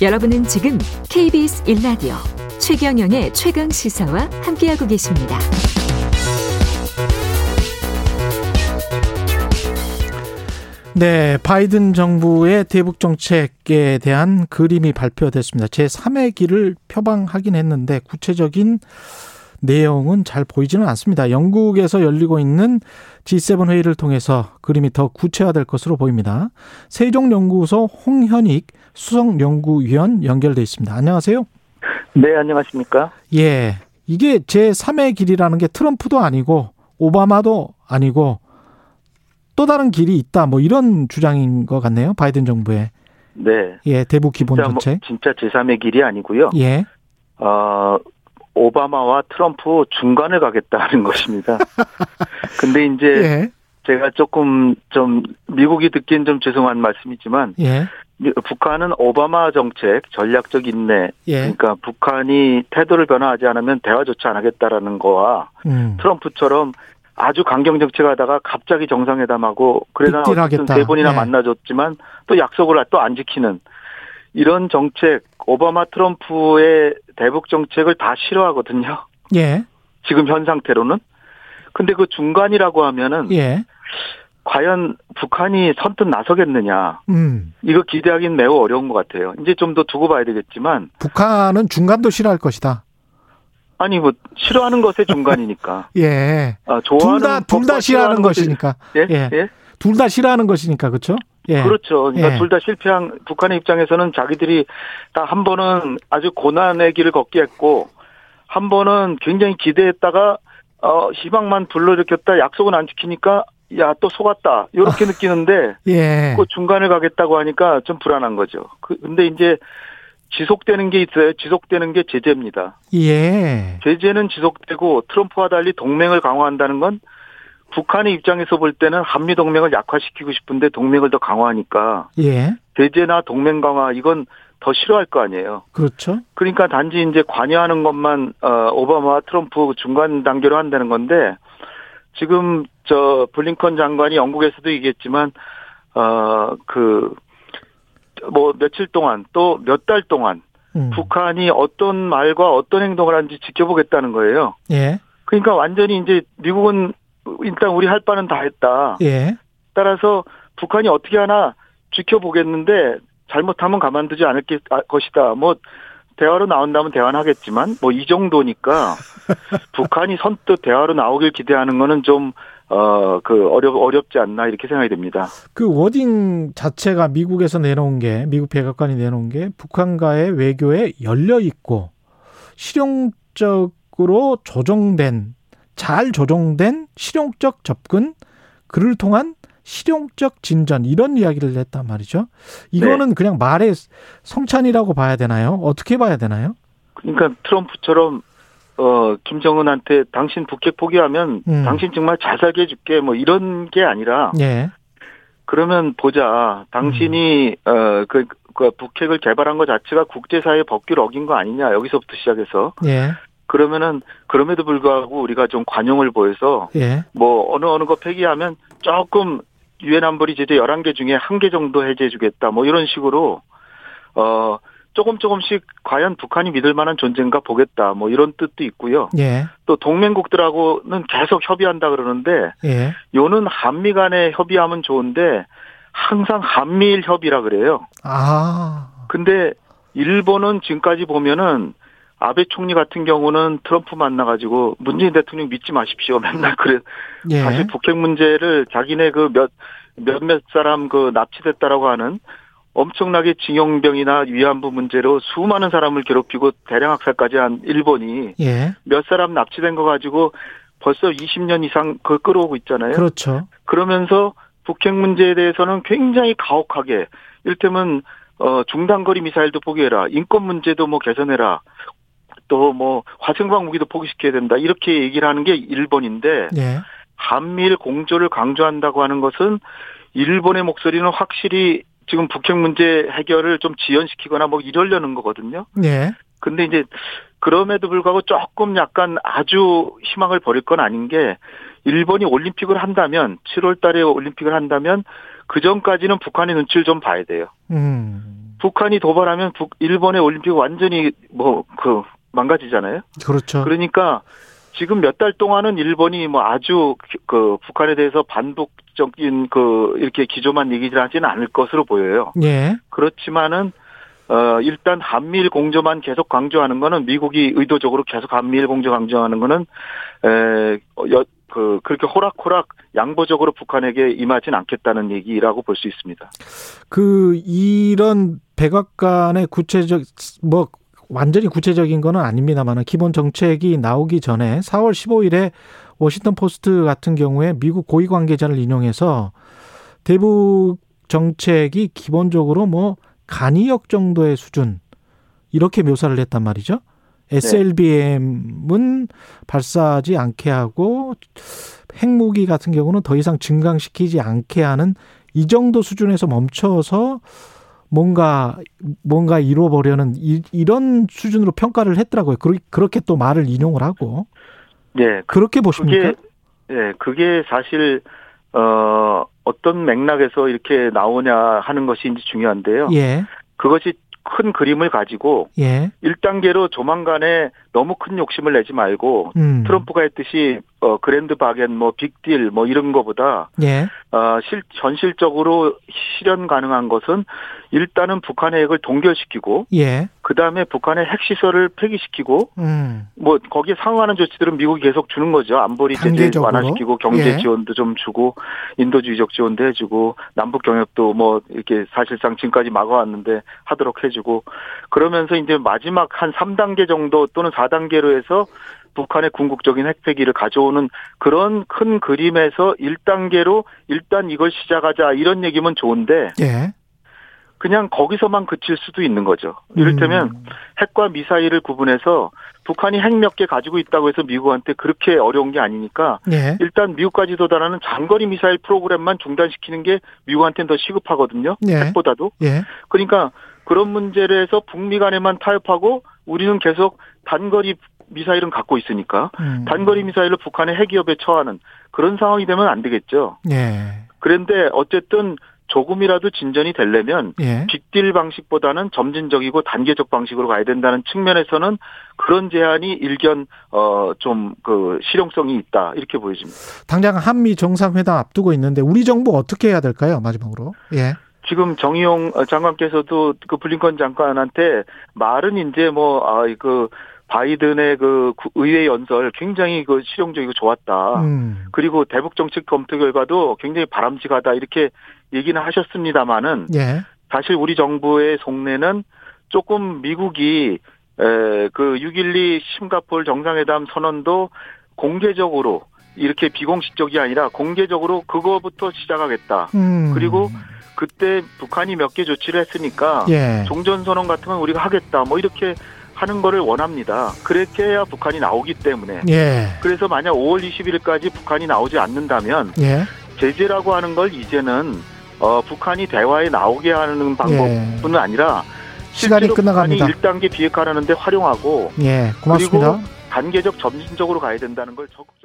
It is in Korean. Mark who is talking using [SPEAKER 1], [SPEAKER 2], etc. [SPEAKER 1] 여러분은 지금 KBS 1라디오 최경영의 최강 시사와 함께하고 계십니다.
[SPEAKER 2] 네, 바이든 정부의 대북 정책에 대한 그림이 발표됐습니다. 제3의 길을 표방하긴 했는데 구체적인 내용은 잘 보이지는 않습니다. 영국에서 열리고 있는 G7 회의를 통해서 그림이 더 구체화될 것으로 보입니다. 세종연구소 홍현익 수석연구위원 연결돼 있습니다. 안녕하세요.
[SPEAKER 3] 네, 안녕하십니까?
[SPEAKER 2] 예. 이게 제3의 길이라는 게 트럼프도 아니고 오바마도 아니고 또 다른 길이 있다 뭐 이런 주장인 것 같네요. 바이든 정부의
[SPEAKER 3] 네.
[SPEAKER 2] 예, 대북 기본
[SPEAKER 3] 진짜, 뭐-
[SPEAKER 2] 정책.
[SPEAKER 3] 진짜 제3의 길이 아니고요.
[SPEAKER 2] 예.
[SPEAKER 3] 어, 오바마와 트럼프 중간을 가겠다는 것입니다. 근데 이제
[SPEAKER 2] 예.
[SPEAKER 3] 제가 조금 좀 미국이 듣기엔 좀 죄송한 말씀이지만
[SPEAKER 2] 예.
[SPEAKER 3] 미- 북한은 오바마 정책 전략적 인내
[SPEAKER 2] 예.
[SPEAKER 3] 그러니까 북한이 태도를 변화하지 않으면 대화조차 안 하겠다라는 거와
[SPEAKER 2] 음.
[SPEAKER 3] 트럼프처럼 아주 강경 정책하다가 갑자기 정상회담하고 그래나
[SPEAKER 2] 빅딜
[SPEAKER 3] 어쨌든
[SPEAKER 2] 하겠다.
[SPEAKER 3] 세 번이나
[SPEAKER 2] 예.
[SPEAKER 3] 만나줬지만 또 약속을 또 안 지키는 이런 정책 오바마 트럼프의 대북 정책을 다 싫어하거든요.
[SPEAKER 2] 예.
[SPEAKER 3] 지금 현 상태로는. 근데 그 중간이라고 하면은
[SPEAKER 2] 예.
[SPEAKER 3] 과연 북한이 선뜻 나서겠느냐
[SPEAKER 2] 음.
[SPEAKER 3] 이거 기대하기는 매우 어려운 것 같아요. 이제 좀 더 두고 봐야 되겠지만
[SPEAKER 2] 북한은 중간도 싫어할 것이다.
[SPEAKER 3] 아니 뭐 싫어하는 것의 중간이니까
[SPEAKER 2] 예.
[SPEAKER 3] 아,
[SPEAKER 2] 둘
[SPEAKER 3] 좋아하는
[SPEAKER 2] 다 둘 다
[SPEAKER 3] 것과
[SPEAKER 2] 싫어하는
[SPEAKER 3] 것이-
[SPEAKER 2] 것이니까.
[SPEAKER 3] 예?
[SPEAKER 2] 예.
[SPEAKER 3] 예?
[SPEAKER 2] 둘 다 싫어하는 것이니까 그렇죠? 예.
[SPEAKER 3] 그렇죠. 그러니까
[SPEAKER 2] 예.
[SPEAKER 3] 둘 다 실패한 북한의 입장에서는 자기들이 다 한 번은 아주 고난의 길을 걷게 했고 한 번은 굉장히 기대했다가 어 희망만 불러일으켰다 약속은 안 지키니까 야 또 속았다 이렇게
[SPEAKER 2] 아.
[SPEAKER 3] 느끼는데
[SPEAKER 2] 예.
[SPEAKER 3] 그 중간을 가겠다고 하니까 좀 불안한 거죠. 그, 근데 이제 지속되는 게 있어요. 지속되는 게 제재입니다.
[SPEAKER 2] 예.
[SPEAKER 3] 제재는 지속되고 트럼프와 달리 동맹을 강화한다는 건 북한의 입장에서 볼 때는 한미 동맹을 약화시키고 싶은데 동맹을 더 강화하니까
[SPEAKER 2] 예.
[SPEAKER 3] 제재나 동맹 강화 이건 더 싫어할 거 아니에요.
[SPEAKER 2] 그렇죠?
[SPEAKER 3] 그러니까 단지 이제 관여하는 것만 어, 오바마와 트럼프 중간 단계로 한다는 건데 지금 저 블링컨 장관이 영국에서도 얘기했지만 어, 어그뭐 며칠 동안 또 몇 달 동안
[SPEAKER 2] 음.
[SPEAKER 3] 북한이 어떤 말과 어떤 행동을 하는지 지켜보겠다는 거예요.
[SPEAKER 2] 예.
[SPEAKER 3] 그러니까 완전히 이제 미국은 일단 우리 할 바는 다 했다.
[SPEAKER 2] 예.
[SPEAKER 3] 따라서 북한이 어떻게 하나 지켜보겠는데 잘못하면 가만두지 않을 게- 아, 것이다. 뭐 대화로 나온다면 대화는 하겠지만 뭐 이 정도니까 북한이 선뜻 대화로 나오길 기대하는 거는 좀어그 어렵 어렵지 않나 이렇게 생각이 됩니다.
[SPEAKER 2] 그 워딩 자체가 미국에서 내놓은 게 미국 백악관이 내놓은 게 북한과의 외교에 열려 있고 실용적으로 조정된 잘 조정된 실용적 접근 그를 통한 실용적 진전 이런 이야기를 했단 말이죠.
[SPEAKER 3] 네.
[SPEAKER 2] 이거는 그냥 말의 성찬이라고 봐야 되나요? 어떻게 봐야 되나요?
[SPEAKER 3] 그러니까 트럼프처럼 어 김정은한테 당신 북핵 포기하면
[SPEAKER 2] 음.
[SPEAKER 3] 당신 정말 잘 살게 해줄게 뭐 이런 게 아니라
[SPEAKER 2] 예.
[SPEAKER 3] 그러면 보자. 당신이 어그 그 북핵을 개발한 것 자체가 국제사회 법규를 어긴 거 아니냐 여기서부터 시작해서
[SPEAKER 2] 예.
[SPEAKER 3] 그러면은 그럼에도 불구하고 우리가 좀 관용을 보여서
[SPEAKER 2] 예.
[SPEAKER 3] 뭐 어느 어느 거 폐기하면 조금 유엔 안보리 제재 11개 중에 한 개 정도 해제해 주겠다. 뭐 이런 식으로 어 조금 조금씩 과연 북한이 믿을 만한 존재인가 보겠다. 뭐 이런 뜻도 있고요.
[SPEAKER 2] 예.
[SPEAKER 3] 또 동맹국들하고는 계속 협의한다 그러는데
[SPEAKER 2] 예.
[SPEAKER 3] 요는 한미 간에 협의하면 좋은데 항상 한미일 협의라 그래요.
[SPEAKER 2] 아.
[SPEAKER 3] 근데 일본은 지금까지 보면은 아베 총리 같은 경우는 트럼프 만나가지고 문재인 대통령 믿지 마십시오. 맨날 그래.
[SPEAKER 2] 예.
[SPEAKER 3] 사실 북핵 문제를 자기네 그 몇, 몇몇 사람 그 납치됐다라고 하는 엄청나게 징용병이나 위안부 문제로 수많은 사람을 괴롭히고 대량 학살까지 한 일본이
[SPEAKER 2] 예.
[SPEAKER 3] 몇 사람 납치된 거 가지고 벌써 20년 이상 그 끌어오고 있잖아요.
[SPEAKER 2] 그렇죠.
[SPEAKER 3] 그러면서 북핵 문제에 대해서는 굉장히 가혹하게 이를테면 어 중단거리 미사일도 포기해라 인권 문제도 뭐 개선해라 또 뭐 화생방 무기도 포기시켜야 된다 이렇게 얘기를 하는 게 일본인데
[SPEAKER 2] 예.
[SPEAKER 3] 한미일 공조를 강조한다고 하는 것은 일본의 목소리는 확실히 지금 북핵 문제 해결을 좀 지연시키거나 뭐 이러려는 거거든요.
[SPEAKER 2] 예.
[SPEAKER 3] 근데 이제 그럼에도 불구하고 조금 약간 아주 희망을 버릴 건 아닌 게 일본이 올림픽을 한다면 7월 달에 올림픽을 한다면 그 전까지는 북한의 눈치를 좀 봐야 돼요.
[SPEAKER 2] 음.
[SPEAKER 3] 북한이 도발하면 북, 일본의 올림픽 완전히 뭐 그 망가지잖아요.
[SPEAKER 2] 그렇죠.
[SPEAKER 3] 그러니까 지금 몇 달 동안은 일본이 뭐 아주 그 북한에 대해서 반복적인 그 이렇게 기조만 얘기하지는 않을 것으로 보여요.
[SPEAKER 2] 예.
[SPEAKER 3] 그렇지만은 어 일단 한미일 공조만 계속 강조하는 거는 미국이 의도적으로 계속 한미일 공조 강조하는 거는 에그 그렇게 호락호락 양보적으로 북한에게 임하진 않겠다는 얘기라고 볼 수 있습니다.
[SPEAKER 2] 그 이런 백악관의 구체적 뭐 완전히 구체적인 거는 아닙니다만 기본 정책이 나오기 전에 4월 15일에 워싱턴 포스트 같은 경우에 미국 고위 관계자를 인용해서 대북 정책이 기본적으로 뭐 간이역 정도의 수준 이렇게 묘사를 했단 말이죠. SLBM은 네. 발사하지 않게 하고 핵무기 같은 경우는 더 이상 증강시키지 않게 하는 이 정도 수준에서 멈춰서 뭔가 뭔가 이루어보려는 이, 런 수준으로 평가를 했더라고요. 그렇게 또 말을 인용을 하고.
[SPEAKER 3] 네,
[SPEAKER 2] 그렇게 보십니까?
[SPEAKER 3] 그게, 네, 그게 사실 어 어떤 맥락에서 이렇게 나오냐 하는 것이 이제 중요한데요.
[SPEAKER 2] 예.
[SPEAKER 3] 그것이 큰 그림을 가지고
[SPEAKER 2] 예.
[SPEAKER 3] 1단계로 조만간에 너무 큰 욕심을 내지 말고
[SPEAKER 2] 음.
[SPEAKER 3] 트럼프가 했듯이 어 그랜드 바겐 뭐 빅딜 뭐 이런 거보다 아,
[SPEAKER 2] 예.
[SPEAKER 3] 어실 현실적으로 실현 가능한 것은 일단은 북한의 핵을 동결시키고
[SPEAKER 2] 예.
[SPEAKER 3] 그다음에 북한의 핵 시설을 폐기시키고
[SPEAKER 2] 음.
[SPEAKER 3] 뭐 거기에 상응하는 조치들은 미국이 계속 주는 거죠. 안보리 제재
[SPEAKER 2] 단계적으로.
[SPEAKER 3] 완화시키고 경제
[SPEAKER 2] 예.
[SPEAKER 3] 지원도 좀 주고 인도주의적 지원도 해주고 남북 경협도 뭐 이렇게 사실상 지금까지 막아왔는데 하도록 해주고 그러면서 이제 마지막 한 3단계 정도 또는 4단계로 해서 북한의 궁극적인 핵폐기를 가져오는 그런 큰 그림에서 1단계로 일단 이걸 시작하자 이런 얘기면 좋은데
[SPEAKER 2] 예.
[SPEAKER 3] 그냥 거기서만 그칠 수도 있는 거죠. 이를테면
[SPEAKER 2] 음.
[SPEAKER 3] 핵과 미사일을 구분해서 북한이 핵 몇 개 가지고 있다고 해서 미국한테 그렇게 어려운 게 아니니까
[SPEAKER 2] 예.
[SPEAKER 3] 일단 미국까지 도달하는 장거리 미사일 프로그램만 중단시키는 게 미국한테는 더 시급하거든요.
[SPEAKER 2] 예.
[SPEAKER 3] 핵보다도.
[SPEAKER 2] 예.
[SPEAKER 3] 그러니까 그런 문제를 해서 북미 간에만 타협하고 우리는 계속 단거리 미사일은 갖고 있으니까
[SPEAKER 2] 음.
[SPEAKER 3] 단거리 미사일로 북한의 핵위협에 처하는 그런 상황이 되면 안 되겠죠.
[SPEAKER 2] 예.
[SPEAKER 3] 그런데 어쨌든 조금이라도 진전이 되려면
[SPEAKER 2] 예.
[SPEAKER 3] 빅딜 방식보다는 점진적이고 단계적 방식으로 가야 된다는 측면에서는 그런 제안이 일견 어좀 그 실용성이 있다 이렇게 보여집니다.
[SPEAKER 2] 당장 한미 정상회담 앞두고 있는데 우리 정부 어떻게 해야 될까요? 마지막으로. 예.
[SPEAKER 3] 지금 정의용 어, 장관께서도 그 블링컨 장관한테 말은 이제 뭐아그 바이든의 그 구- 의회 연설 굉장히 그 실용적이고 좋았다.
[SPEAKER 2] 음.
[SPEAKER 3] 그리고 대북 정책 검토 결과도 굉장히 바람직하다 이렇게 얘기는 하셨습니다마는
[SPEAKER 2] 예.
[SPEAKER 3] 사실 우리 정부의 속내는 조금 미국이 에, 그 6.12 싱가폴 정상회담 선언도 공개적으로 이렇게 비공식적이 아니라 공개적으로 그거부터 시작하겠다.
[SPEAKER 2] 음.
[SPEAKER 3] 그리고 그때 북한이 몇 개 조치를 했으니까
[SPEAKER 2] 예.
[SPEAKER 3] 종전 선언 같은 건 우리가 하겠다. 뭐 이렇게 하는 거를 원합니다. 그렇게 해야 북한이 나오기 때문에.
[SPEAKER 2] 예.
[SPEAKER 3] 그래서 만약 5월 20일까지 북한이 나오지 않는다면
[SPEAKER 2] 예.
[SPEAKER 3] 제재라고 하는 걸 이제는 어, 북한이 대화에 나오게 하는 방법뿐 아니라
[SPEAKER 2] 시간이
[SPEAKER 3] 실제로
[SPEAKER 2] 끝나갑니다.
[SPEAKER 3] 북한이 1단계 비핵화라는데 활용하고
[SPEAKER 2] 예. 고맙습니다.
[SPEAKER 3] 단계적 점진적으로 가야 된다는 걸 적극